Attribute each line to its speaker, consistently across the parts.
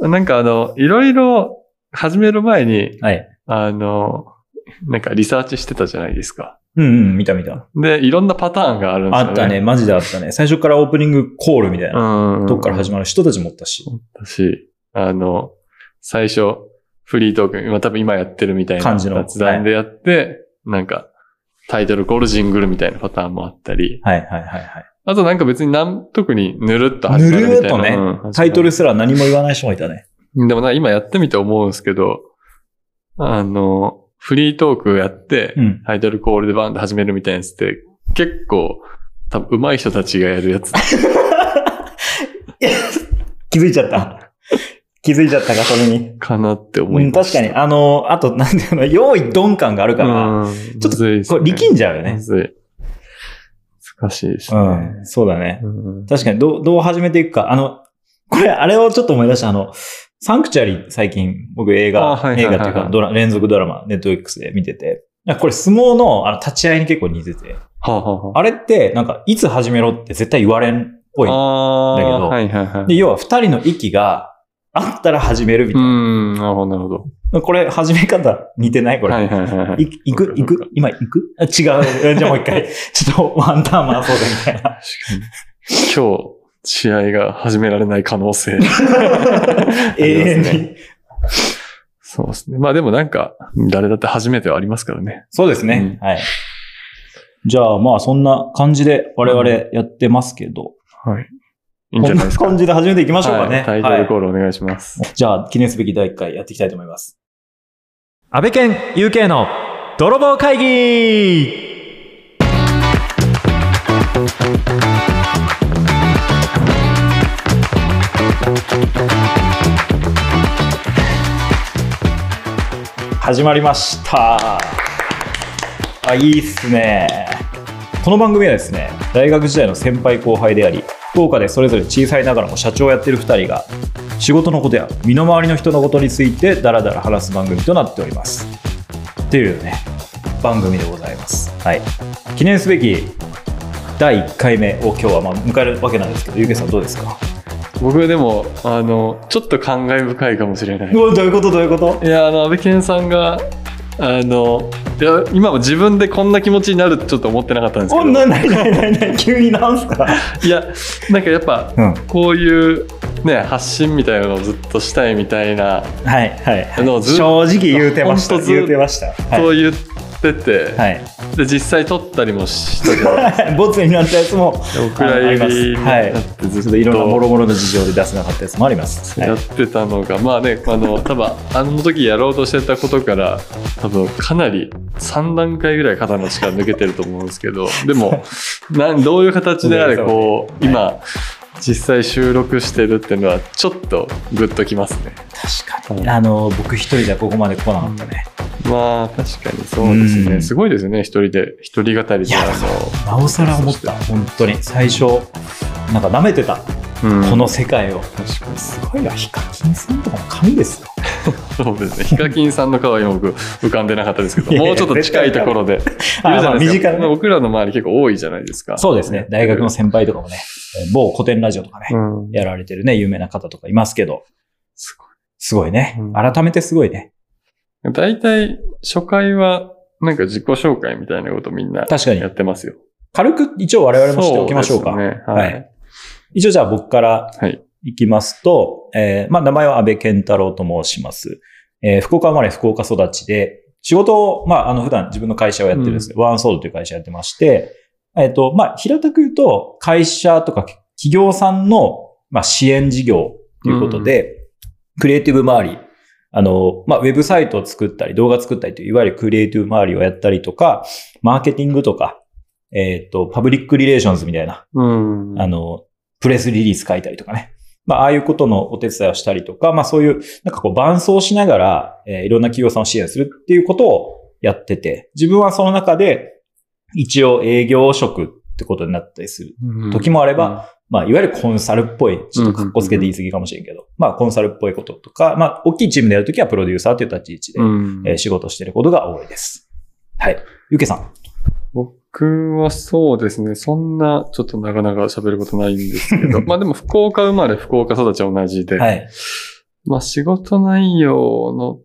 Speaker 1: なんかあの、いろいろ始める前に、
Speaker 2: はい。
Speaker 1: あの、なんかリサーチしてたじゃないですか。
Speaker 2: うんうん、見た見た。
Speaker 1: で、いろんなパターンがあるんです
Speaker 2: あ
Speaker 1: よね。
Speaker 2: ったね、。マジであったね。最初からオープニングコールみたいな。
Speaker 1: うん。
Speaker 2: どっから始まる人たちもおったし。
Speaker 1: だし、あの、最初、フリートーク、今多分今やってるみたいな
Speaker 2: 感じの
Speaker 1: 雑談でやって、なんか、タイトルコールジングルみたいなパターンもあったり、
Speaker 2: はいはいはいはい。
Speaker 1: あとなんか別になん、特にぬるっと始まるみたいな。
Speaker 2: ぬるっとね
Speaker 1: うん
Speaker 2: タイトルすら何も言わない人もいたね。
Speaker 1: でもな、今やってみて思うんですけど、あの、フリートークやって、
Speaker 2: うん。
Speaker 1: タイトルコールでバンって始めるみたいなやつって、結構、多分上手い人たちがやるやつ。
Speaker 2: 気づいちゃった。 気づいちゃったか、それに。
Speaker 1: かなって思
Speaker 2: う
Speaker 1: い
Speaker 2: ん、
Speaker 1: ま
Speaker 2: 確
Speaker 1: した。
Speaker 2: かに。あの、あと、なんていうの、用意鈍感があるから、
Speaker 1: うん
Speaker 2: ちょっと
Speaker 1: むずいです
Speaker 2: こ
Speaker 1: ね
Speaker 2: れ力んじゃうよ
Speaker 1: む
Speaker 2: ね。
Speaker 1: ずい。難しいですね。
Speaker 2: うん、そうだね。
Speaker 1: うん
Speaker 2: 確かに、どう、どう始めていくか。あの、これ、あれをちょっと思い出した。あの、サンクチュアリ、最近、僕映
Speaker 1: あ
Speaker 2: 画
Speaker 1: は、いはい
Speaker 2: 映
Speaker 1: はいはい
Speaker 2: 画っていうか、ドラ、連続ドラマ、ネットフリックスで見てて。なんかこれ、相撲の、あの、立ち合いに結構似てて。
Speaker 1: はあ、は
Speaker 2: あれって、なんか、いつ始めろって絶対言われんっぽい。
Speaker 1: あ、
Speaker 2: だけ
Speaker 1: あ
Speaker 2: ど
Speaker 1: あ、はいはいはい。
Speaker 2: で、要は、二人の息があったら始めるみ
Speaker 1: う
Speaker 2: たい
Speaker 1: ん、なるほど、なるほど。
Speaker 2: な。これ、始め方似てないこれ。
Speaker 1: はいはいはいはい。
Speaker 2: い行く行く今行くあ違う。じゃあもう一 回。ちょっとワンターン回そうぜ、みたいな。
Speaker 1: 今日、試合が始められない可能性。
Speaker 2: 永遠
Speaker 1: ありますね
Speaker 2: に。
Speaker 1: そうですね。まあでもなんか、誰だって初めてはありますからね。
Speaker 2: そうですね。はい。じゃあまあそんな感じで我々やってますけど。
Speaker 1: はい。いいんじゃないですか。
Speaker 2: こんな感じで始めていきましょうかね。
Speaker 1: はいタイトルコ
Speaker 2: は
Speaker 1: ールお願いします。
Speaker 2: いじゃあ記念すべき第1回やっていきたいと思います。安倍健 UK の泥棒会議始まりましたあいいっすねこの番組はですね大学時代の先輩後輩であり福岡でそれぞれ小さいながらも社長をやってる2人が仕事のことや身の回りの人のことについてダラダラ話す番組となっておりますっていうね番組でございますはい記念すべき第1回目を今日はまあ迎えるわけなんですけどゆうけいさんどうですか。
Speaker 1: 僕でも、あの、ちょっと感慨深いかもしれないう
Speaker 2: わどういうことどういうこと
Speaker 1: いや、あの、安倍健さんが、あの、いや、今も自分でこんな気持ちになるってちょっと思ってなかったんですけ
Speaker 2: お
Speaker 1: ど。
Speaker 2: ななになになになに 急になんすか
Speaker 1: いや、なんかやっぱ、
Speaker 2: うん
Speaker 1: こういう、ね、発信みたいなのをずっとしたいみたいな、
Speaker 2: はいはい、
Speaker 1: あのずっ
Speaker 2: 正直言うてまし
Speaker 1: ほ
Speaker 2: た
Speaker 1: んとずっ
Speaker 2: 言うてましたは
Speaker 1: そう言ってて、
Speaker 2: い、はい
Speaker 1: で、実際撮ったりもしたじゃない
Speaker 2: ボツになったやつも
Speaker 1: お蔵入りに
Speaker 2: は
Speaker 1: なっ
Speaker 2: い
Speaker 1: てずっ
Speaker 2: ちょっ
Speaker 1: と
Speaker 2: といろんなもろ
Speaker 1: や
Speaker 2: もろの事情で出せなかったやつもあります、はい
Speaker 1: ってたのが、まあね、あの、多分あの時やろうとしてたことから、多分かなり3段階ぐらい肩の力抜けてると思うんですけど、 でも、なんどういう形であれ、こう、今、実際収録してるっていうのは、ちょっとグッときますね。
Speaker 2: 確かにあの僕一人ではここまで来なかったね、
Speaker 1: まあ、確かにそうです
Speaker 2: う
Speaker 1: ね。
Speaker 2: ん
Speaker 1: すごいですよね、一人で、一人語り
Speaker 2: い
Speaker 1: で、
Speaker 2: や
Speaker 1: あ
Speaker 2: なおさら思った本当に最初なんか舐めてた、
Speaker 1: の、うん
Speaker 2: この、世界を
Speaker 1: 確かに。
Speaker 2: すごいわヒカキンさんとかも神ですよ
Speaker 1: そうですね。ヒカキンさんの顔は今僕浮かんでなかったですけど、
Speaker 2: いやいや
Speaker 1: もうちょっと近いところで。いるじゃないですか
Speaker 2: あまあ身近なね
Speaker 1: 僕らの周り結構多いじゃないですか。
Speaker 2: そうですね大学の先輩とかもねえー某古典ラジオとかね、
Speaker 1: うん。
Speaker 2: やられてるね有名な方とかいますけど
Speaker 1: すご
Speaker 2: すごいね
Speaker 1: うん
Speaker 2: 改めてすごいね
Speaker 1: い。大体、初回は、なんか自己紹介みたいなことみんな
Speaker 2: 確かに
Speaker 1: やってますよ。
Speaker 2: 軽く一応我々もしておきましょうか
Speaker 1: そうですねは
Speaker 2: はい
Speaker 1: い。
Speaker 2: 一応じゃあ僕から
Speaker 1: はい
Speaker 2: いきますと、えーまあ名前は安倍健太郎と申します。えー福岡生まれ福岡育ちで、仕事を、まああの普段自分の会社をやってるんですけど、ワンソールという会社やってまして、えっ、と、まあ平たく言うと、会社とか企業さんの、まあ、支援事業ということで、クリエイティブ周り、あの、まあウェブサイトを作ったり、動画作ったりという、いわゆるクリエイティブ周りをやったりとか、マーケティングとか、えっ、と、パブリックリレーションズみたいな、
Speaker 1: うん。
Speaker 2: あの、プレスリリース書いたりとかね。まあ、ああいうことのお手伝いをしたりとか、まあそういう、なんかこう伴走しながら、えーいろんな企業さんを支援するっていうことをやってて、自分はその中で、一応営業職ってことになったりする
Speaker 1: うん
Speaker 2: 時もあれば、、まあ、いわゆるコンサルっぽい、ちょっと格好つけて言い過ぎかもしれんけど、まあ、コンサルっぽいこととか、まあ、大きいチームでやるときはプロデューサーという立ち位置で、
Speaker 1: うん
Speaker 2: えー仕事してることが多いです。はい。ゆけさん。
Speaker 1: 僕はそうですね、そんなちょっとな かなか喋ることないんですけど、まあでも福岡生まれ、福岡育ちは同じで、
Speaker 2: はい。
Speaker 1: まあ仕事内容の、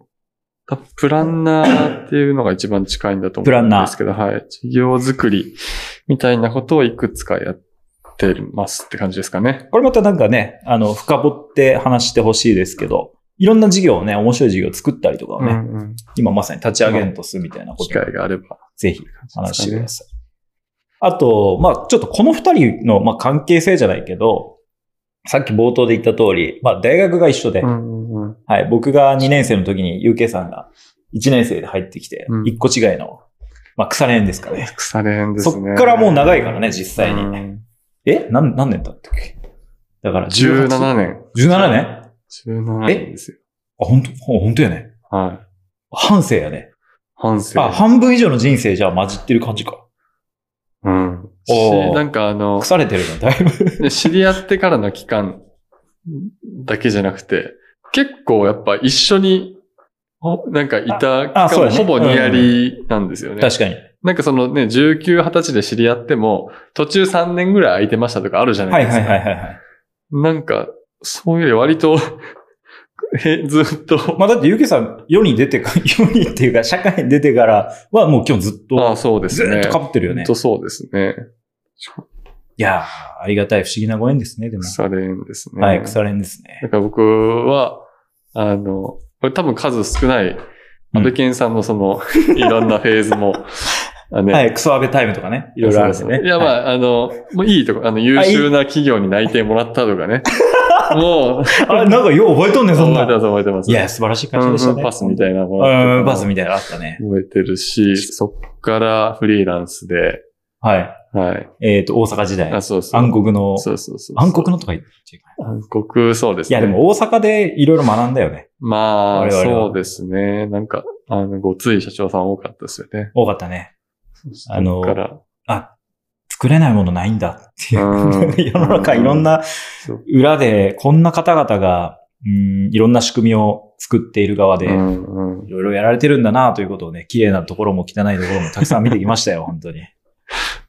Speaker 1: たプランナーっていうのが一番近いんだと思
Speaker 2: プラ
Speaker 1: う
Speaker 2: ン
Speaker 1: ん
Speaker 2: ナー
Speaker 1: ですけど、はい。事業作りみたいなことをいくつかやってますって感じですかね。
Speaker 2: これまたなんかね、あの、深掘って話してほしいですけど、いろんな事業をね、面白い事業を作ったりとかを
Speaker 1: う
Speaker 2: ね、
Speaker 1: んうん、
Speaker 2: 今まさに立ち上げんとすみたいなこ
Speaker 1: 機
Speaker 2: とを
Speaker 1: 会があれば。
Speaker 2: ぜひ話してください。あと、まあちょっとこの二人の、まあ、関係性じゃないけど、さっき冒頭で言った通り、まあ大学が一緒で、
Speaker 1: うんうんうん
Speaker 2: はい、僕が2年生の時に UK さんが1年生で入ってきて
Speaker 1: う、ん
Speaker 2: 一個違いの、まあ腐れ縁ですかね。
Speaker 1: 腐れ縁です
Speaker 2: そ
Speaker 1: ね。
Speaker 2: っからもう長いからね、実際に。
Speaker 1: うん
Speaker 2: え何、何年だったっけだから18
Speaker 1: 17年。
Speaker 2: 17年あ、
Speaker 1: 17年ですよ。
Speaker 2: 本当ほ本当やね。
Speaker 1: はい。
Speaker 2: 半生やね。
Speaker 1: 半生。
Speaker 2: あ、半分以上の人生じゃあ混じってる感じか。
Speaker 1: うん。
Speaker 2: おー
Speaker 1: しなんかあの、
Speaker 2: 腐れてるの、だいぶ。
Speaker 1: で知り合ってからの期間だけじゃなくて、結構やっぱ一緒に、ほなんかいた期
Speaker 2: あ
Speaker 1: 間
Speaker 2: あそ
Speaker 1: も
Speaker 2: うだね
Speaker 1: ほぼニアリーなんですよね。
Speaker 2: 確かに。
Speaker 1: なんかそのね、19、20歳で知り合っても、途中3年ぐらい空いてましたとかあるじゃな
Speaker 2: はいい
Speaker 1: で
Speaker 2: は
Speaker 1: す
Speaker 2: い
Speaker 1: か。
Speaker 2: はいはいはい。
Speaker 1: なんか、そういうより割と え、ずっと、
Speaker 2: まあだって、ゆうけさん、世に出てか、 世にっていうか、社会に出てからは、もう今日ずっ
Speaker 1: あ
Speaker 2: と、
Speaker 1: あ、そうです
Speaker 2: ず
Speaker 1: ね。
Speaker 2: っと被ってるよ
Speaker 1: ほ
Speaker 2: ね
Speaker 1: ん。とそうですね。
Speaker 2: いやー、ありがたい、不思議なご縁ですね、でも。
Speaker 1: 腐れんですね。
Speaker 2: はい、腐れんですね。
Speaker 1: なんか僕は、あの、これ多分数少ない、
Speaker 2: うん
Speaker 1: 安倍健さんのその、 いろんなフェーズ も、あね
Speaker 2: はい、クソアベタイムとかね、いろいろあるんです
Speaker 1: そう
Speaker 2: ね。
Speaker 1: そういや、ま
Speaker 2: はい
Speaker 1: あ、あの、もういいとこ、あの、優秀な企業に内定もらったとか ね。もう、
Speaker 2: あ、なんかよう覚えとんね、そん
Speaker 1: 覚え
Speaker 2: な
Speaker 1: て。ます、覚えてます。
Speaker 2: いや、素晴らしい会
Speaker 1: う
Speaker 2: 社
Speaker 1: ん
Speaker 2: でした
Speaker 1: うん
Speaker 2: ね。
Speaker 1: パスみた
Speaker 2: い
Speaker 1: いなも
Speaker 2: な。
Speaker 1: の。
Speaker 2: うん、パスみたいなのあったね。
Speaker 1: 覚えてるし、そっからフリーランスで、
Speaker 2: はい。
Speaker 1: はい。
Speaker 2: えっと、大阪時代
Speaker 1: あ、。そうそう。
Speaker 2: 暗黒の、
Speaker 1: そうそうそう。
Speaker 2: 暗黒のとか言っていいかな
Speaker 1: 暗黒、そうです
Speaker 2: い
Speaker 1: ね。
Speaker 2: や、でも大阪でいろいろ学んだよね。
Speaker 1: まあ、
Speaker 2: 我々は
Speaker 1: そうですね。なんか、あの、ごつい社長さん多かったですよね。
Speaker 2: 多かったね。あの
Speaker 1: そっから、
Speaker 2: あ、作れないものないんだっていう
Speaker 1: うん。
Speaker 2: 世の中いろんな
Speaker 1: そう
Speaker 2: 裏でこんな方々が、うん、いろんな仕組みを作っている側で、
Speaker 1: うんうん
Speaker 2: いろいろやられてるんだなということをね、綺麗なところも汚いところもたくさん見てきました よ、本当に。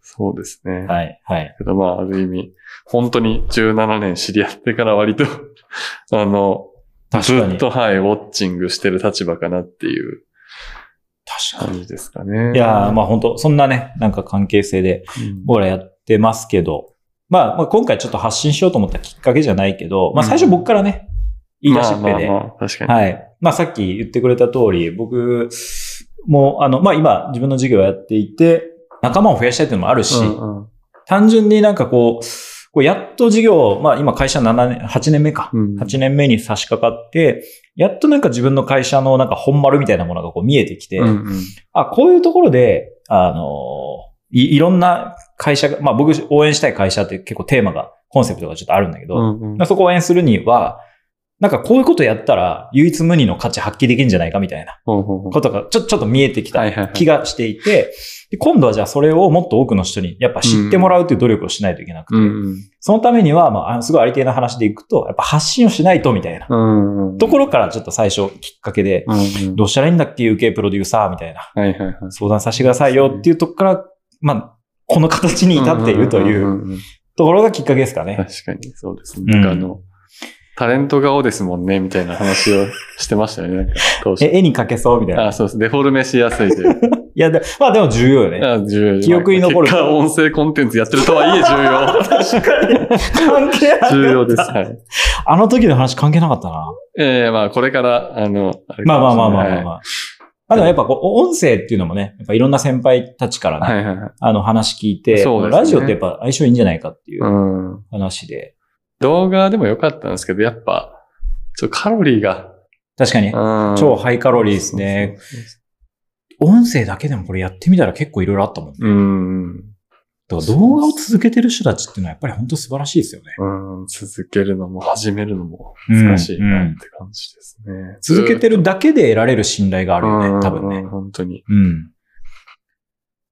Speaker 1: そうですね。
Speaker 2: はい、はい。
Speaker 1: けどまあ、ある意味、本当に17年知り合ってから割と、 あの、ず
Speaker 2: 確か
Speaker 1: っ
Speaker 2: に。
Speaker 1: と、はい、ウォッチングしてる立場かなっていう
Speaker 2: 確か
Speaker 1: 感じですかね。
Speaker 2: に。いやー、まあ本当そんなね、なんか関係性で、
Speaker 1: うん
Speaker 2: 僕らやってますけど、まあ、まあ今回ちょっと発信しようと思ったきっかけじゃないけど、まあ最初僕からね、言い出しっぺで、
Speaker 1: まあまあまあ、確かに。
Speaker 2: はい。まあさっき言ってくれた通り、僕も、あの、まあ今自分の事業をやっていて、仲間を増やしたいっていうのもあるし、
Speaker 1: うんうん
Speaker 2: 単純になんかこう、こうやっと事業、まあ今会社7年、8年目か。
Speaker 1: うん
Speaker 2: 8年目に差し掛かって、やっとなんか自分の会社のなんか本丸みたいなものがこう見えてきて、
Speaker 1: うんうん
Speaker 2: あ、こういうところで、あのい、いろんな会社が、まあ僕応援したい会社って結構テーマが、コンセプトがちょっとあるんだけど、
Speaker 1: うんうん
Speaker 2: まあそこを応援するには、なんかこういうことやったら唯一無二の価値発揮できるんじゃないかみたいな
Speaker 1: ほうほうほう
Speaker 2: ことがちょちょっと見えてき
Speaker 1: は
Speaker 2: た
Speaker 1: いはいはい
Speaker 2: 気がしていて、で今度はじゃあそれをもっと多くの人にやっぱ知ってもらうという努力をしないといけなく
Speaker 1: う
Speaker 2: て、
Speaker 1: んうん
Speaker 2: そのためには、まああの、すごいありていな話でいくと、やっぱ発信をしないとみたいな
Speaker 1: うんうん
Speaker 2: ところからちょっと最初きっかけで、
Speaker 1: うんうん
Speaker 2: どうしたらいいんだっけ ?UK プロデューサーみたいな
Speaker 1: はいはいはい。
Speaker 2: 相談させてくださいよっていうとこから、まあ、この形に至っているとい
Speaker 1: ん
Speaker 2: うん
Speaker 1: んんん
Speaker 2: ところがきっかけですかね。
Speaker 1: 確かに、そうです
Speaker 2: ん
Speaker 1: ね。なんかあの、タレント顔ですもんね、みたいな話をしてましたよね、なんか当初。
Speaker 2: え、絵に描けそうみたいな。い
Speaker 1: あそうです。デフォルメしやすいという。
Speaker 2: や、でまあでも重要よね。
Speaker 1: あ重要
Speaker 2: 記憶に残る
Speaker 1: まあ結果、音声コンテンツやってるとはいえ重
Speaker 2: 確かに。関係あ
Speaker 1: 要。重
Speaker 2: る。
Speaker 1: 要です。はい。
Speaker 2: あの時の話関係なかったな。
Speaker 1: ええまあ、これから、あの、れ
Speaker 2: ま
Speaker 1: か
Speaker 2: あま
Speaker 1: も
Speaker 2: あ
Speaker 1: しれない
Speaker 2: まあまあまあまあ。まあでもやっぱこう、音声っていうのもね、やっぱいろんな先輩たちからね、
Speaker 1: はいはいはいはい。
Speaker 2: あの話聞いて、
Speaker 1: そうですね
Speaker 2: ラジオってやっぱ相性いいんじゃないかっていう
Speaker 1: うん。
Speaker 2: 話で。
Speaker 1: 動画でもよかったんですけど、やっぱ、ちょっとカロリーが、
Speaker 2: 確かに、
Speaker 1: うん
Speaker 2: 超ハイカロリーです
Speaker 1: そう
Speaker 2: ね。。
Speaker 1: そうそ
Speaker 2: 音声だけでもこれやってみたら結構いろいろあったもんね。
Speaker 1: ううん。
Speaker 2: だから動画を続けてる人たちっていうのはやっぱり本当素晴らしいですよね。
Speaker 1: うん、続けるのも始めるのも難しいなって感じですね。
Speaker 2: 続けてるだけで得られる信頼があ
Speaker 1: あ
Speaker 2: るよね、多分ね。
Speaker 1: 本当に。
Speaker 2: うん。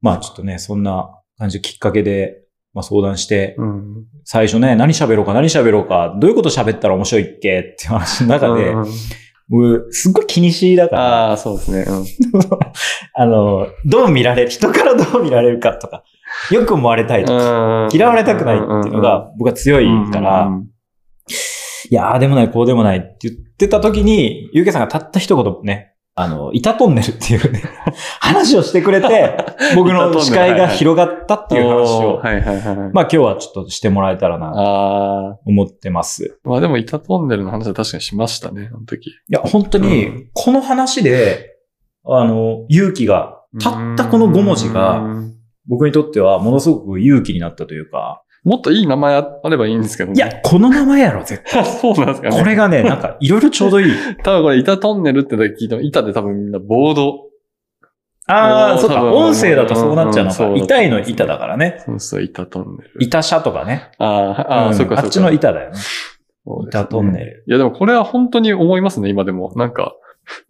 Speaker 2: まあちょっとね、そんな感じきっかけで、まあ相談して、
Speaker 1: うん。
Speaker 2: 最初ね、何喋ろうか何喋ろうか、どういうこと喋ったら面白いっけっていう話の中で
Speaker 1: う、ん
Speaker 2: 僕すっごい気にしいだから、
Speaker 1: ああ、そうですね。うん
Speaker 2: あの、どう見られる、人から どう見られるかとか、よく思われたいとか、嫌われたくないっていうの、が僕は強い
Speaker 1: うん
Speaker 2: か
Speaker 1: う
Speaker 2: ら、
Speaker 1: ん
Speaker 2: いやーでもない、こうでもないって言ってた時に、ゆうけさんがたった一言ね、あの、板トンネルってい うね、話をしてくれて、僕の視界が広がったっていう話
Speaker 1: お
Speaker 2: を、
Speaker 1: ーはいはいはいはい。
Speaker 2: まあ今日はちょっとしてもらえたらな、
Speaker 1: あ
Speaker 2: 思ってます。
Speaker 1: ーまあでも、板トンネルの話は確かにしましたね、あの時。
Speaker 2: いや、本当
Speaker 1: う
Speaker 2: に、この話で、あの、勇気が、たったこの5文字
Speaker 1: う
Speaker 2: が、
Speaker 1: ん
Speaker 2: 僕にとってはものすごく勇気になったというか、
Speaker 1: もっといい名前あればいいんですけどね。
Speaker 2: いや、この名前やろ、絶
Speaker 1: あ、そうなんですか
Speaker 2: 対。
Speaker 1: ね。
Speaker 2: これ がね、なんか、いろいろちょうどいい。
Speaker 1: 多分これ、板トンネルってだけ聞いても、板で多分みんなボード。お
Speaker 2: ああ、
Speaker 1: ー
Speaker 2: そう
Speaker 1: 多
Speaker 2: か。
Speaker 1: 分
Speaker 2: 音声だとそうなっちゃうの
Speaker 1: うん
Speaker 2: か。
Speaker 1: うんそう
Speaker 2: 痛いの板だからね。
Speaker 1: そうそう、板トンネル。
Speaker 2: 板車とかね。
Speaker 1: ああ、ああ、
Speaker 2: うん
Speaker 1: そうかそうか。
Speaker 2: あっちの板だよね。
Speaker 1: そうですね
Speaker 2: 板トンネル。
Speaker 1: いや、でもこれは本当に思いますね、今でも。なんか、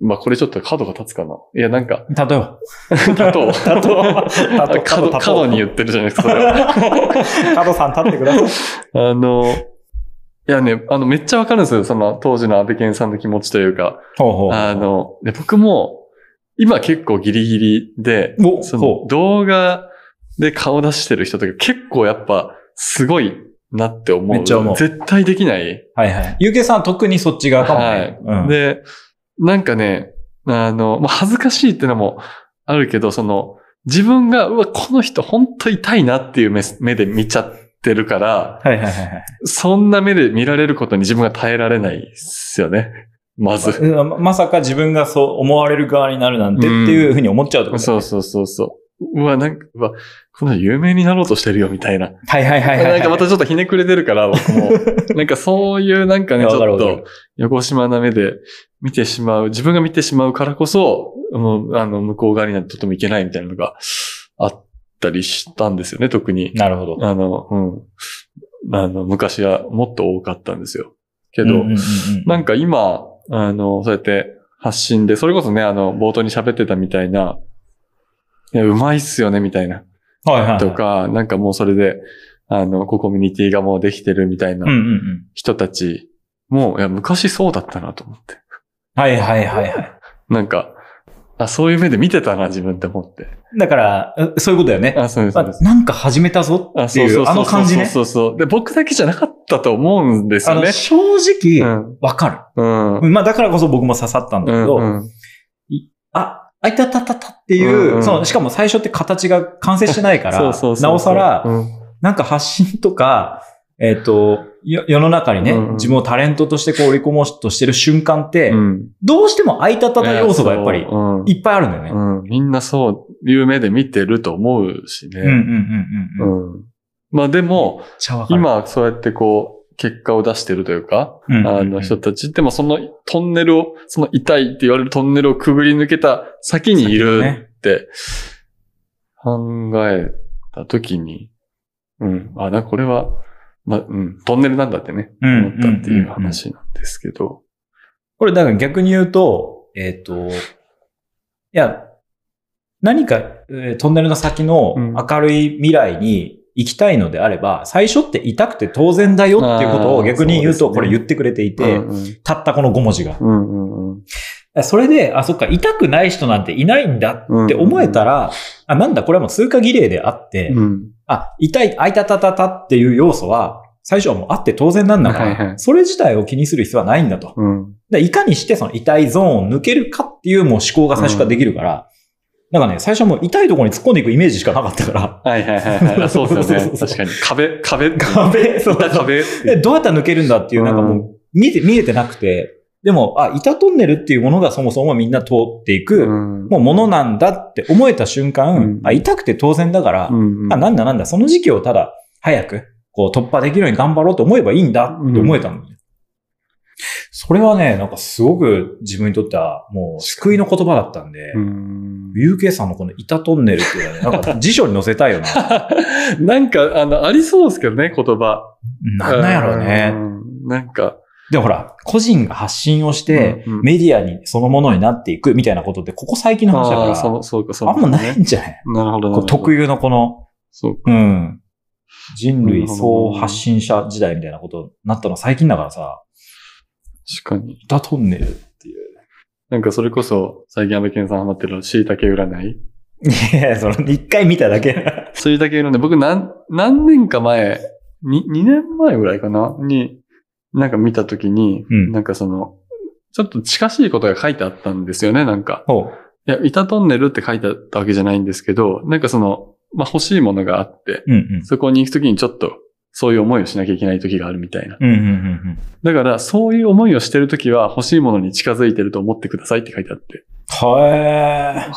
Speaker 1: まあこれちょっと角が立つかな。いや、なんか、
Speaker 2: 例えば。
Speaker 1: 角を、
Speaker 2: 例えば
Speaker 1: 角、角に言ってるじゃないですか、それ は
Speaker 2: 角さん立ってください。
Speaker 1: あの、いやね、あの、めっちゃわかるんですよ、その当時の安倍健さんの気持ちというか。
Speaker 2: ほうほう。
Speaker 1: あの、で僕も、今結構ギリギリで、
Speaker 2: お
Speaker 1: そ
Speaker 2: ほ
Speaker 1: の動画で顔出してる人とか結構やっぱすごいなって思う。
Speaker 2: めっちゃ思う
Speaker 1: 絶対できない。
Speaker 2: はいはい。ゆうけいさんは特にそっち側かもね。
Speaker 1: はい。
Speaker 2: うん
Speaker 1: で、なんかね、あの、まあ、恥ずかしいってのもあるけど、その、自分が、うわ、この人本当痛いなっていう目目で見ちゃってるから、
Speaker 2: はいはいはいはい。
Speaker 1: そんな目で見られることに自分が耐えられないですよね。まず。
Speaker 2: うんままさか自分がそう思われる側になるなんてっていうふうに思っちゃうってことか。
Speaker 1: そうそうそうそう。うわ、なんか、うわ、この人有名になろうとしてるよ、みたいな。
Speaker 2: はいはいはいはいはい。
Speaker 1: なんかまたちょっとひねくれてるから、僕も。 なんかそういうなんかね、
Speaker 2: いや
Speaker 1: ち
Speaker 2: わかる
Speaker 1: ょっ
Speaker 2: わかる
Speaker 1: と、横島な目で見てしまう、自分が見てしまうからこそ、もうあの、向こう側になってとてもいけないみたいなのがあったりしたんですよね、特に。
Speaker 2: なるほど。
Speaker 1: あの、うん。あの、昔はもっと多かったんですよ。けど、
Speaker 2: うんうんうんうん
Speaker 1: なんか今、あの、そうやって発信で、それこそね、あの、冒頭に喋ってたみたいな、いや、うまいっすよね、みたいな。
Speaker 2: はいはいはい。
Speaker 1: と。か、なんかもうそれで、あの、こうコミュニティがもうできてるみたい
Speaker 2: うんう
Speaker 1: なん
Speaker 2: うん。
Speaker 1: 人たちも、いや、昔そうだったなと思って。
Speaker 2: はいはいはいはい。
Speaker 1: なんか、あ、そういう目で見てたな、自分って思って。
Speaker 2: だから、うそういうことだよね。
Speaker 1: あ、そうです、そう
Speaker 2: ま
Speaker 1: で
Speaker 2: あ
Speaker 1: す。
Speaker 2: なんか始めたぞって
Speaker 1: そう
Speaker 2: い
Speaker 1: そう
Speaker 2: う、
Speaker 1: そう
Speaker 2: あの感じね。
Speaker 1: そうそうそう。で、僕だけじゃなかったと思うんです
Speaker 2: あ
Speaker 1: よ
Speaker 2: の、
Speaker 1: ね。
Speaker 2: 正直、わか
Speaker 1: うん。うん。
Speaker 2: る。まあ、だからこそ僕も刺さったんだけ
Speaker 1: う
Speaker 2: ど、
Speaker 1: んうん
Speaker 2: あ、あいたたたたって
Speaker 1: うんう
Speaker 2: い
Speaker 1: ん
Speaker 2: う、その、しかも最初って形が完成してないか
Speaker 1: そ
Speaker 2: ら
Speaker 1: うそうそう、そう
Speaker 2: なおさら、
Speaker 1: うん
Speaker 2: なんか発信とか、えっと、よ世の中にね
Speaker 1: うんうん、
Speaker 2: 自分をタレントとしてこう、売り込もうとしてる瞬間って
Speaker 1: う、ん。
Speaker 2: どうしてもあいたたた要素がやっぱり
Speaker 1: い、そう
Speaker 2: いっぱいあるんだよね。
Speaker 1: うん。うん。みんなそういう目で見てると思うし
Speaker 2: うんうん
Speaker 1: ね。
Speaker 2: うんうん。めっ
Speaker 1: うん。まあでも、
Speaker 2: ちゃわかる。
Speaker 1: 今、そうやってこう、結果を出してるというか、
Speaker 2: うんうんうん、
Speaker 1: あの人たちって、まあそのトンネルを、その痛いって言われるトンネルをくぐり抜けた先にいるって考えたときに、うん、あ、な、これは、まあ、うん、トンネルなんだってね、
Speaker 2: うん
Speaker 1: 思ったっていう
Speaker 2: うんうんうん
Speaker 1: 話なんですけど、
Speaker 2: これ、だから逆に言うと、えっ、と、いや、何か、えートンネルの先の
Speaker 1: うん
Speaker 2: 明るい未来に行きたいのであれば、最初って痛くて当然だよっていうこと
Speaker 1: あ
Speaker 2: を
Speaker 1: ー
Speaker 2: 逆に言う
Speaker 1: そう
Speaker 2: と、
Speaker 1: ですね
Speaker 2: これ言ってくれていて、
Speaker 1: うんうん
Speaker 2: たったこの5文字が。
Speaker 1: うんうんうん
Speaker 2: それで、あ、そっか、痛くない人なんていないんだって思えたら、あ、なんだ、これはもう通過儀礼であって、
Speaker 1: うん
Speaker 2: あ、痛い、あいたたたたっていう要素は、最初はもうあって当然なんだから、
Speaker 1: はいはい
Speaker 2: それ自体を気にする必要はないんだと。
Speaker 1: うん
Speaker 2: でいかにしてその痛いゾーンを抜けるかっていうもう思考が最初からできるから、なんかね、最初はもう痛いところに突っ込んでいくイメージしかなかったから、
Speaker 1: はいはいはい はいあ。そうですよね。
Speaker 2: そうそう
Speaker 1: 確
Speaker 2: そ
Speaker 1: かに。壁、壁、
Speaker 2: 壁、 そう
Speaker 1: 板壁っていう
Speaker 2: でどうやったら抜けるんだっていうなんかもう見て、見えてなくて、でも、あ、板トンネルっていうものがそもそもみんな通っていく、
Speaker 1: うん
Speaker 2: もうものなんだって思えた瞬間、
Speaker 1: うん
Speaker 2: あ、痛くて当然だから、
Speaker 1: うんうん
Speaker 2: あ、なんだなんだ、その時期をただ早く、こう突破できるように頑張ろうと思えばいいんだって思えたのね。それはね、なんかすごく自分にとってはもう救いの言葉だったんで、
Speaker 1: うん。
Speaker 2: UK さんのこの板トンネルっていうのはね、なんか辞書に載せ たいよな。
Speaker 1: なんか、あの、ありそうですけどね、言葉。
Speaker 2: なんなんやろう
Speaker 1: う
Speaker 2: ね。
Speaker 1: ん。なんか、
Speaker 2: でもほら、個人が発信をして、
Speaker 1: うんうん
Speaker 2: メディアにそのものになっていくみたいなことって、ここ最近の話だ
Speaker 1: ああ、
Speaker 2: か
Speaker 1: そうそうか、そう
Speaker 2: ら、
Speaker 1: か。
Speaker 2: あんまないんじゃない
Speaker 1: なるほどなる
Speaker 2: こ
Speaker 1: ほ
Speaker 2: う
Speaker 1: ど。
Speaker 2: 特
Speaker 1: 意。
Speaker 2: 有のこの、
Speaker 1: そうか。
Speaker 2: うん。人類総発信者時代みたいなことになったのは最近だからさ。
Speaker 1: 確かに。
Speaker 2: ダトンネル。
Speaker 1: なんか、それこそ、最近安倍健さんハマってる、椎茸占い。
Speaker 2: いや、その、一回見ただけ。
Speaker 1: 椎茸占い、僕、何、何年か前、に、2年前ぐらいかなに、なんか見たときに、
Speaker 2: うん
Speaker 1: なんかその、ちょっと近しいことが書いてあったんですよね、なんか。
Speaker 2: ほ
Speaker 1: い
Speaker 2: う。
Speaker 1: や、板トンネルって書いてあったわけじゃないんですけど、なんかその、まあ、欲しいものがあって、
Speaker 2: うんうん。
Speaker 1: そこに行くときにちょっと、そういう思いをしなきゃいけない時があるみたいな。
Speaker 2: うんうんうんうん。
Speaker 1: だから、そういう思いをしてる時は欲しいものに近づいてると思ってくださいって書いてあって。
Speaker 2: はえ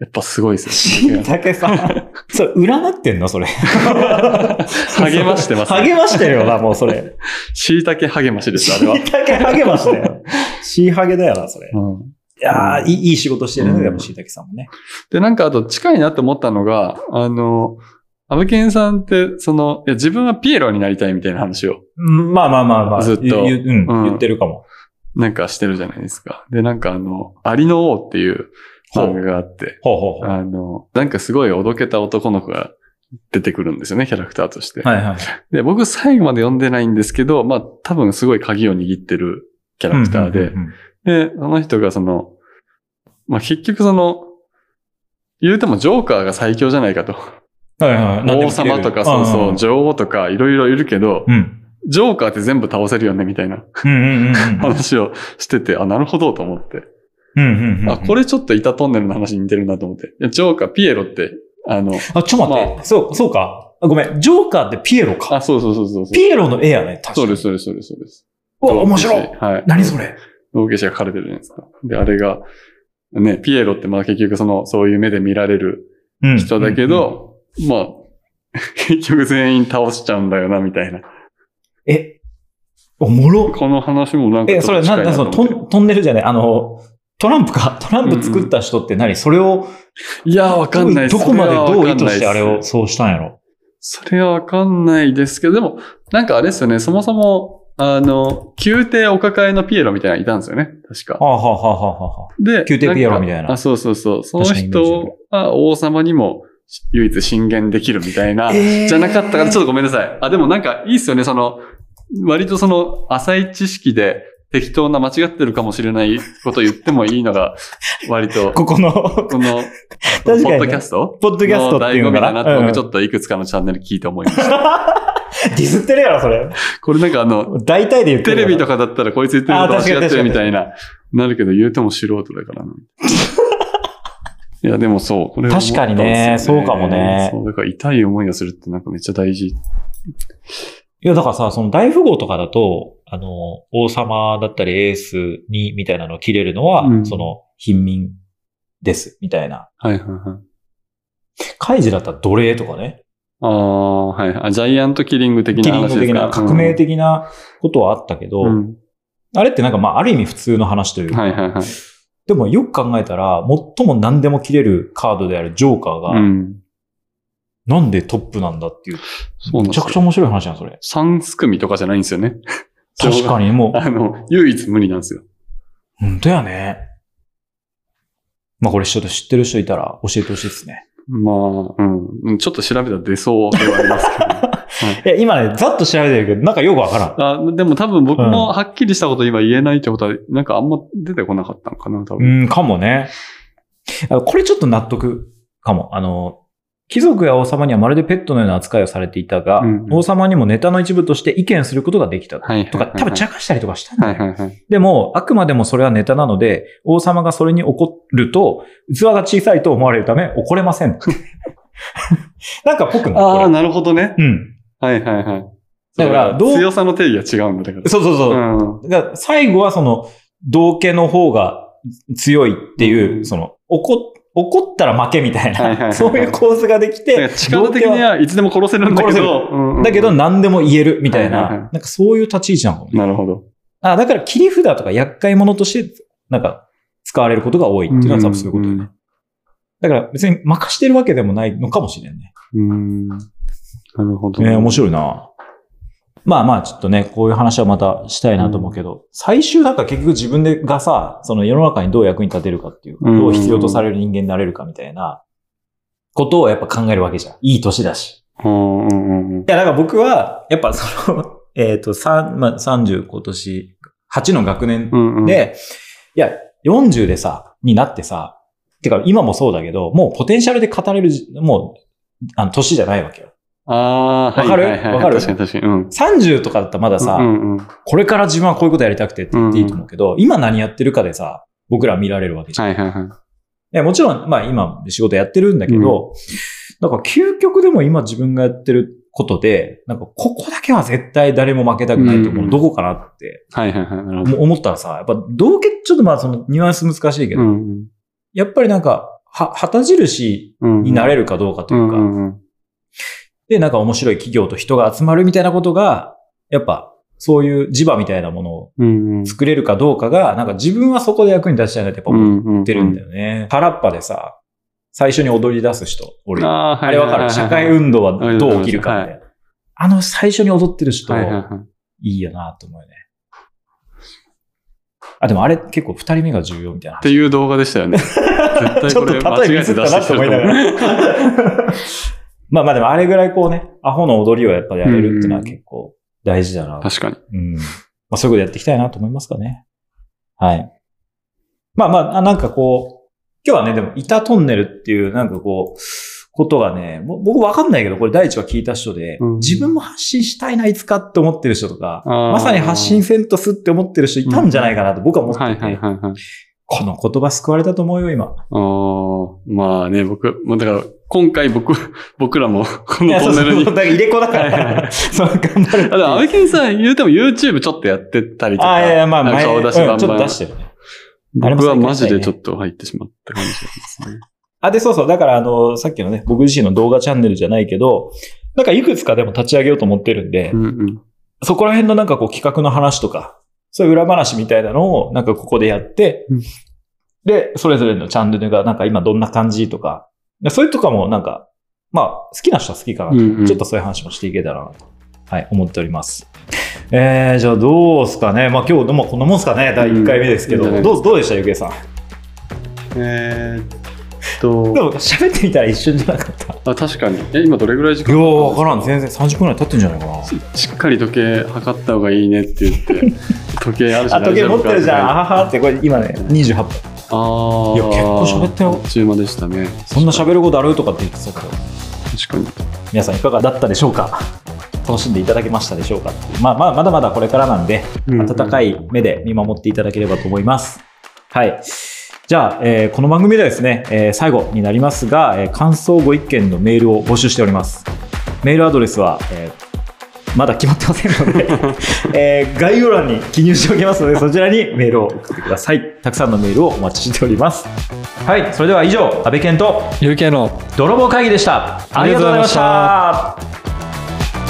Speaker 1: やっぱすごいで
Speaker 2: ー。
Speaker 1: す
Speaker 2: し
Speaker 1: よ
Speaker 2: い。たけさん。 それ、占ってんのそれ。
Speaker 1: 励ましてますね
Speaker 2: 励ましてるよな、もうそれ。
Speaker 1: 椎茸励ましです、あれは。
Speaker 2: しいたけ励ましてよ。しいはげだよな、それ。
Speaker 1: うん
Speaker 2: いやーいいいい仕事してる
Speaker 1: う
Speaker 2: ね、
Speaker 1: ん
Speaker 2: でもしいたけさんもね。
Speaker 1: で、なんかあと近いなって思ったのが、あの、安倍健さんって、その、いや自分はピエロになりたいみたいな話を、
Speaker 2: うんまあまあまあまあ。
Speaker 1: ずっと
Speaker 2: ゆゆうん、
Speaker 1: うん
Speaker 2: 言ってるかも。
Speaker 1: なんかしてるじゃないですか。で、なんかあの、アリの王っていう漫画があって、
Speaker 2: ほうほうほう。は
Speaker 1: あの、なんかすごいおどけた男の子が出てくるんですよね、キャラクターとして。
Speaker 2: いはい。
Speaker 1: で、僕最後まで読んでないんですけど、まあ多分すごい鍵を握ってるキャラクターで、
Speaker 2: うんうんうん
Speaker 1: で、その人がその、まあ結局その、言うてもジョーカーが最強じゃないかと。
Speaker 2: うんはいはい。なんで
Speaker 1: 王
Speaker 2: も切れる
Speaker 1: 様とかそうそ
Speaker 2: ん
Speaker 1: う、女王とかいろいろいるけど、
Speaker 2: うん。
Speaker 1: ジョーカーって全部倒せるよねみたいな
Speaker 2: うんうんうん
Speaker 1: 話をしてて、あ、なるほどと思って。
Speaker 2: うん。うんうんうん。
Speaker 1: あ、これちょっと板トンネルの話に似てるなと思って。いやジョーカー、ピエロって、あの、
Speaker 2: あ、ちょっと待って。そう、そうか。あごめん。ジョーカーってピエロか。
Speaker 1: あ、そうそうそうそうそう。
Speaker 2: ピエロの絵やね、確か
Speaker 1: そう
Speaker 2: に。
Speaker 1: です、そうです、そうです、そうです。
Speaker 2: うわ、面白い。
Speaker 1: はい。
Speaker 2: 何それ。
Speaker 1: 道化師が書かれてるじゃないですか。で、あれが、ね、ピエロってまあ結局その、そういう目で見られる
Speaker 2: うん
Speaker 1: 人だけ。ど、まあ、 結局全員倒しちゃうんだよな、みたいな。
Speaker 2: うんうんえ、おもろ。
Speaker 1: この話もなんかちょ
Speaker 2: え、
Speaker 1: っと近
Speaker 2: それ、
Speaker 1: い
Speaker 2: な、
Speaker 1: な
Speaker 2: な、
Speaker 1: と
Speaker 2: そ
Speaker 1: 思
Speaker 2: の、
Speaker 1: って
Speaker 2: トントンネルじゃない、あの、トランプか。トランプ作った人って何それを、
Speaker 1: いや、わかんない
Speaker 2: どこまでどう意図してあれを
Speaker 1: そ
Speaker 2: そうしたんやろ。
Speaker 1: れはわかんないですけど、でも、なんかあれですよね、そもそも、あの、宮廷お抱えのピエロみたいなのいたんですよね、確か
Speaker 2: は。あはあはあはあはあ。
Speaker 1: で、
Speaker 2: 宮廷ピエロみたいなん
Speaker 1: かあ、そうそうそう。その
Speaker 2: 確かにイメージある
Speaker 1: 人は王様にも唯一進言できるみたいな、
Speaker 2: えー
Speaker 1: じゃなかったから、ちょっとごめんなさい。あ、でもなんかいいっすよね、その、割とその浅い知識で適当な間違ってるかもしれないこと言ってもいいのが、割 と、こ
Speaker 2: ここの、
Speaker 1: の、ポ
Speaker 2: かにね
Speaker 1: ッドキャスト
Speaker 2: ポッドキャス
Speaker 1: の
Speaker 2: トって
Speaker 1: 醍
Speaker 2: いう
Speaker 1: 醐
Speaker 2: の
Speaker 1: 味
Speaker 2: か
Speaker 1: だ
Speaker 2: な。
Speaker 1: なって、
Speaker 2: うん
Speaker 1: 僕ちょっといくつかのチャンネル聞いて思いました。
Speaker 2: ディスってるやろ、それ。
Speaker 1: これなんかあ の、
Speaker 2: 大体で言って
Speaker 1: テ
Speaker 2: る
Speaker 1: レ
Speaker 2: やろ。
Speaker 1: ビとかだったらこいつ言ってること
Speaker 2: あー確かに
Speaker 1: 間違ってるみ
Speaker 2: 確か
Speaker 1: た
Speaker 2: に
Speaker 1: いな、なるけど言うても素人だからな。いや、でもそう、これは思ったんですよ
Speaker 2: 確かにねそうかもね
Speaker 1: そう、だから痛い思いをするってなんかめっちゃ大事。
Speaker 2: いや、だからさ、その大富豪とかだと、あの、王様だったりエースにみたいなのを切れるのは、
Speaker 1: うん
Speaker 2: その、貧民です、みたいな。
Speaker 1: はいはいはい。
Speaker 2: カイジだったら奴隷とかね。
Speaker 1: ああ、はい。あ、ジャイアントキリング的
Speaker 2: キ
Speaker 1: な
Speaker 2: リング
Speaker 1: 話で
Speaker 2: 的
Speaker 1: すか
Speaker 2: な、革命的なことはあったけど、
Speaker 1: うん
Speaker 2: あれってなんかまあ、ある意味普通の話という
Speaker 1: うん
Speaker 2: か、
Speaker 1: はいはいはい。
Speaker 2: でもよく考えたら、最も何でも切れるカードであるジョーカーが、
Speaker 1: うん。
Speaker 2: なんでトップなんだっていう、
Speaker 1: そうなん
Speaker 2: め
Speaker 1: で
Speaker 2: ち
Speaker 1: す
Speaker 2: ゃ
Speaker 1: よ
Speaker 2: くちゃ面白い話じゃん、それ。
Speaker 1: 三すくみとかじゃないんですよね。
Speaker 2: 確かに、もう、
Speaker 1: あの、唯一無二なんですよ。
Speaker 2: 本当やね。まあこれちょっと知ってる人いたら教えてほしいですね。
Speaker 1: まあ、うん。ちょっと調べたら出そうではあり ますけど。
Speaker 2: いや、今ね、ざっと調べてるけど、なんかよくわからん。
Speaker 1: あでも多分僕
Speaker 2: う
Speaker 1: もはっきりしたこと今言えないってことは、なんかあんま出てこなかったのかな、多分。
Speaker 2: うん、かもね。あこれちょっと納得かも。あの、貴族や王様にはまるでペットのような扱いをされていたが、
Speaker 1: うんうん
Speaker 2: 王様にもネタの一部として意見することができた。
Speaker 1: はいはいはいはい。
Speaker 2: とか、多分茶化したりとかしたんだ
Speaker 1: は
Speaker 2: よ
Speaker 1: いはいはい。
Speaker 2: でも、あくまでもそれはネタなので、王様がそれに怒ると、器が小さいと思われるため怒れま せん。なんかぽくないこ
Speaker 1: ああ、
Speaker 2: れ
Speaker 1: なるほどね。
Speaker 2: うん。
Speaker 1: はいはいはい。
Speaker 2: だからどう
Speaker 1: 強さの定義は違うんだ、だから。
Speaker 2: そうそうそう。
Speaker 1: うん。
Speaker 2: だから最後はその、道家の方が強いっていう、
Speaker 1: うん
Speaker 2: その、怒っ、怒ったら負けみたい
Speaker 1: はいはいはいは
Speaker 2: な、
Speaker 1: い
Speaker 2: そういう構図ができ
Speaker 1: だから
Speaker 2: て、
Speaker 1: 力的にはいつでも殺せるんだけ
Speaker 2: 殺せる
Speaker 1: ど、うんうん
Speaker 2: だけど何でも言えるみたい
Speaker 1: はいはい
Speaker 2: な
Speaker 1: は、
Speaker 2: なんかそういう立ち位置なのかもね。
Speaker 1: なるほど。
Speaker 2: あ、だから切り札とか厄介者として、なんか、使われることが多いっていうのは多分そういうことだよね。だから別に任してるわけでもないのかもしれんね。
Speaker 1: うん。なるほど。
Speaker 2: えー面白いなまあまあ、ちょっとね、こういう話はまたしたいなと思うけど、最終なんか結局自分でがさ、その世の中にどう役に立てるかっていうか、
Speaker 1: うん
Speaker 2: どう必要とされる人間になれるかみたいなことをやっぱ考えるわけじゃん。いい年だし。
Speaker 1: うんうんうんうん。
Speaker 2: いや、だから僕は、やっぱその、 えっ、と、三、まあ、30今年、8の学年
Speaker 1: うんうん、
Speaker 2: で、いや、40でさ、になってさ、てか今もそうだけど、もうポテンシャルで語れるじ、もう、あの、年じゃないわけよ。
Speaker 1: ああ、
Speaker 2: わかる
Speaker 1: はいはいはい
Speaker 2: わかる
Speaker 1: 確かに確かに。うん。
Speaker 2: 30とかだったらまださ、
Speaker 1: うんうん、
Speaker 2: これから自分はこういうことやりたくてって言っていいと思うけど、今何やってるかでさ、僕ら見られるわけじゃん。
Speaker 1: はいはいはい。
Speaker 2: いやもちろん、まあ今仕事やってるんだけど、なんか究極でも今自分がやってることで、なんかここだけは絶対誰も負けたくないと
Speaker 1: うん
Speaker 2: こ
Speaker 1: う
Speaker 2: ろ、
Speaker 1: ん
Speaker 2: どこかなって
Speaker 1: はいはいはい。なるほど。
Speaker 2: 思思ったらさ、やっぱ同結ちょっとまあそのニュアンス難しいけど、
Speaker 1: うん
Speaker 2: やっぱりなんか、は、旗印
Speaker 1: うん、
Speaker 2: になれ
Speaker 1: る
Speaker 2: るかどうかと
Speaker 1: と
Speaker 2: い
Speaker 1: いうう
Speaker 2: か、
Speaker 1: か。んうん
Speaker 2: で、なんか面白い企業と人が集まるみたいなことが、やっぱそういう磁場みたいなものを
Speaker 1: うんうん
Speaker 2: 作れるかどうかが、なんか自分はそこで役に立ちたいなってやっぱ思ってるんだ
Speaker 1: よ。
Speaker 2: よね。原っぱでさ、最初に踊り出す人、俺。あ
Speaker 1: あーはい
Speaker 2: れ
Speaker 1: はい
Speaker 2: わ
Speaker 1: はいはい
Speaker 2: かる社会運動はどう起きるかみたいな。あの最初に踊ってる人、
Speaker 1: はいはい
Speaker 2: い
Speaker 1: はい。
Speaker 2: いよなと思うよね。あ、でもあれ結構二人目が重要みたいな
Speaker 1: っていう動画でしたよね。絶対
Speaker 2: ちょ
Speaker 1: こ
Speaker 2: っと
Speaker 1: れ
Speaker 2: 例
Speaker 1: 間
Speaker 2: えミ
Speaker 1: 違え
Speaker 2: ス
Speaker 1: て
Speaker 2: っ
Speaker 1: 出
Speaker 2: たな
Speaker 1: しき
Speaker 2: ってて
Speaker 1: た
Speaker 2: 思いながら。 まあまあでもあれぐらいこうね、アホの踊りをやっぱやれるっていうのは結構大事だな。
Speaker 1: 確かに。
Speaker 2: うん。まあそういうことやっていきたいなと思いますかね。はい。まあまあ、あなんかこう、今日はね、でも、板トンネルっていう、なんかこう、ことがね、も僕わかんないけど、これ第一話聞いた人で、
Speaker 1: うん
Speaker 2: 自分も発信したいな、いつかって思ってる人とか、
Speaker 1: あー
Speaker 2: まさに発信せんとすって思ってる人いたんじゃないかなと僕は思ってて、
Speaker 1: はいはいはいはい。
Speaker 2: この言葉救われたと思うよ、今。
Speaker 1: おーまあね、僕、もうだから、今回僕、僕らも、このトンネル
Speaker 2: いやそうそうだ
Speaker 1: に。
Speaker 2: から入れ子だか
Speaker 1: はいは
Speaker 2: ら、そう、頑張る
Speaker 1: あ、でも、安倍健さん、言うても YouTube ちょっとやってたりとか。
Speaker 2: あ、いやいや、まあ、
Speaker 1: なんか
Speaker 2: 前、
Speaker 1: 顔
Speaker 2: う
Speaker 1: 出
Speaker 2: ん
Speaker 1: し
Speaker 2: ち
Speaker 1: バ
Speaker 2: ょ
Speaker 1: ン
Speaker 2: っ
Speaker 1: バ
Speaker 2: と
Speaker 1: ン
Speaker 2: 出してるね。あれも
Speaker 1: 僕は
Speaker 2: 参加
Speaker 1: マ
Speaker 2: した
Speaker 1: ジ
Speaker 2: いね
Speaker 1: でちょっと入ってしまった感じですね。
Speaker 2: あ、で、そうそう。だから、あの、さっきのね、僕自身の動画チャンネルじゃないけど、なんかいくつかでも立ち上げようと思ってるんで、
Speaker 1: うんうん。
Speaker 2: そこら辺のなんかこう企画の話とか、そういう裏話みたいなのをなんかここでやって、
Speaker 1: うん
Speaker 2: で、それぞれのチャンネルがなんか今どんな感じとか、でそれとかもなんか、まあ、好きな人は好きかなと、
Speaker 1: うんうん
Speaker 2: ちょっとそういう話もしていけたらなと、はい、思っております。えー、じゃあどうすかね。まあ今日でもこんなもんすかね。第1回目ですけど、
Speaker 1: うんいいんじゃない
Speaker 2: どう、どうでしたゆけいさん。
Speaker 1: えーっと
Speaker 2: で、も喋ってみたら一瞬じゃなかった。
Speaker 1: あ、確かに。え、今どれぐらい時
Speaker 2: いや
Speaker 1: 間
Speaker 2: ー、わからん。全然30分くらい経ってんじゃないかな。
Speaker 1: しっかり時計測った方がいいねって言 って、時計あるし
Speaker 2: あ、時計持ってるじゃん。
Speaker 1: ん。あ
Speaker 2: あははって、これ今ね、28分。
Speaker 1: あー。
Speaker 2: いや結構喋ったよ
Speaker 1: あっちゅう間でしたね。
Speaker 2: そんな喋ることあるとかって言ってたけど、
Speaker 1: 確かに。
Speaker 2: 皆さんいかがだったでしょうか楽しんでいただけましたでしょうかっていうまあまあ、まだまだこれからなんで、
Speaker 1: うんうん
Speaker 2: 温かい目で見守っていただければと思います。はい。じゃあ、えーこの番組ではですね、えー最後になりますが、えー感想ご意見のメールを募集しております。メールアドレスは、えーまだ決まってませんの で、えー概要欄に記入しておきますので、そちらにメールを送ってください。たくさんのメールをお待ちしております。はい、それでは以上、安部健と
Speaker 1: 有形の
Speaker 2: 泥棒会議でした。あ
Speaker 1: あり
Speaker 2: りが
Speaker 1: がと
Speaker 2: とう
Speaker 1: う
Speaker 2: ご
Speaker 1: ご
Speaker 2: ざ
Speaker 1: ざ
Speaker 2: い
Speaker 1: い
Speaker 2: ま
Speaker 1: ま
Speaker 2: し。
Speaker 1: した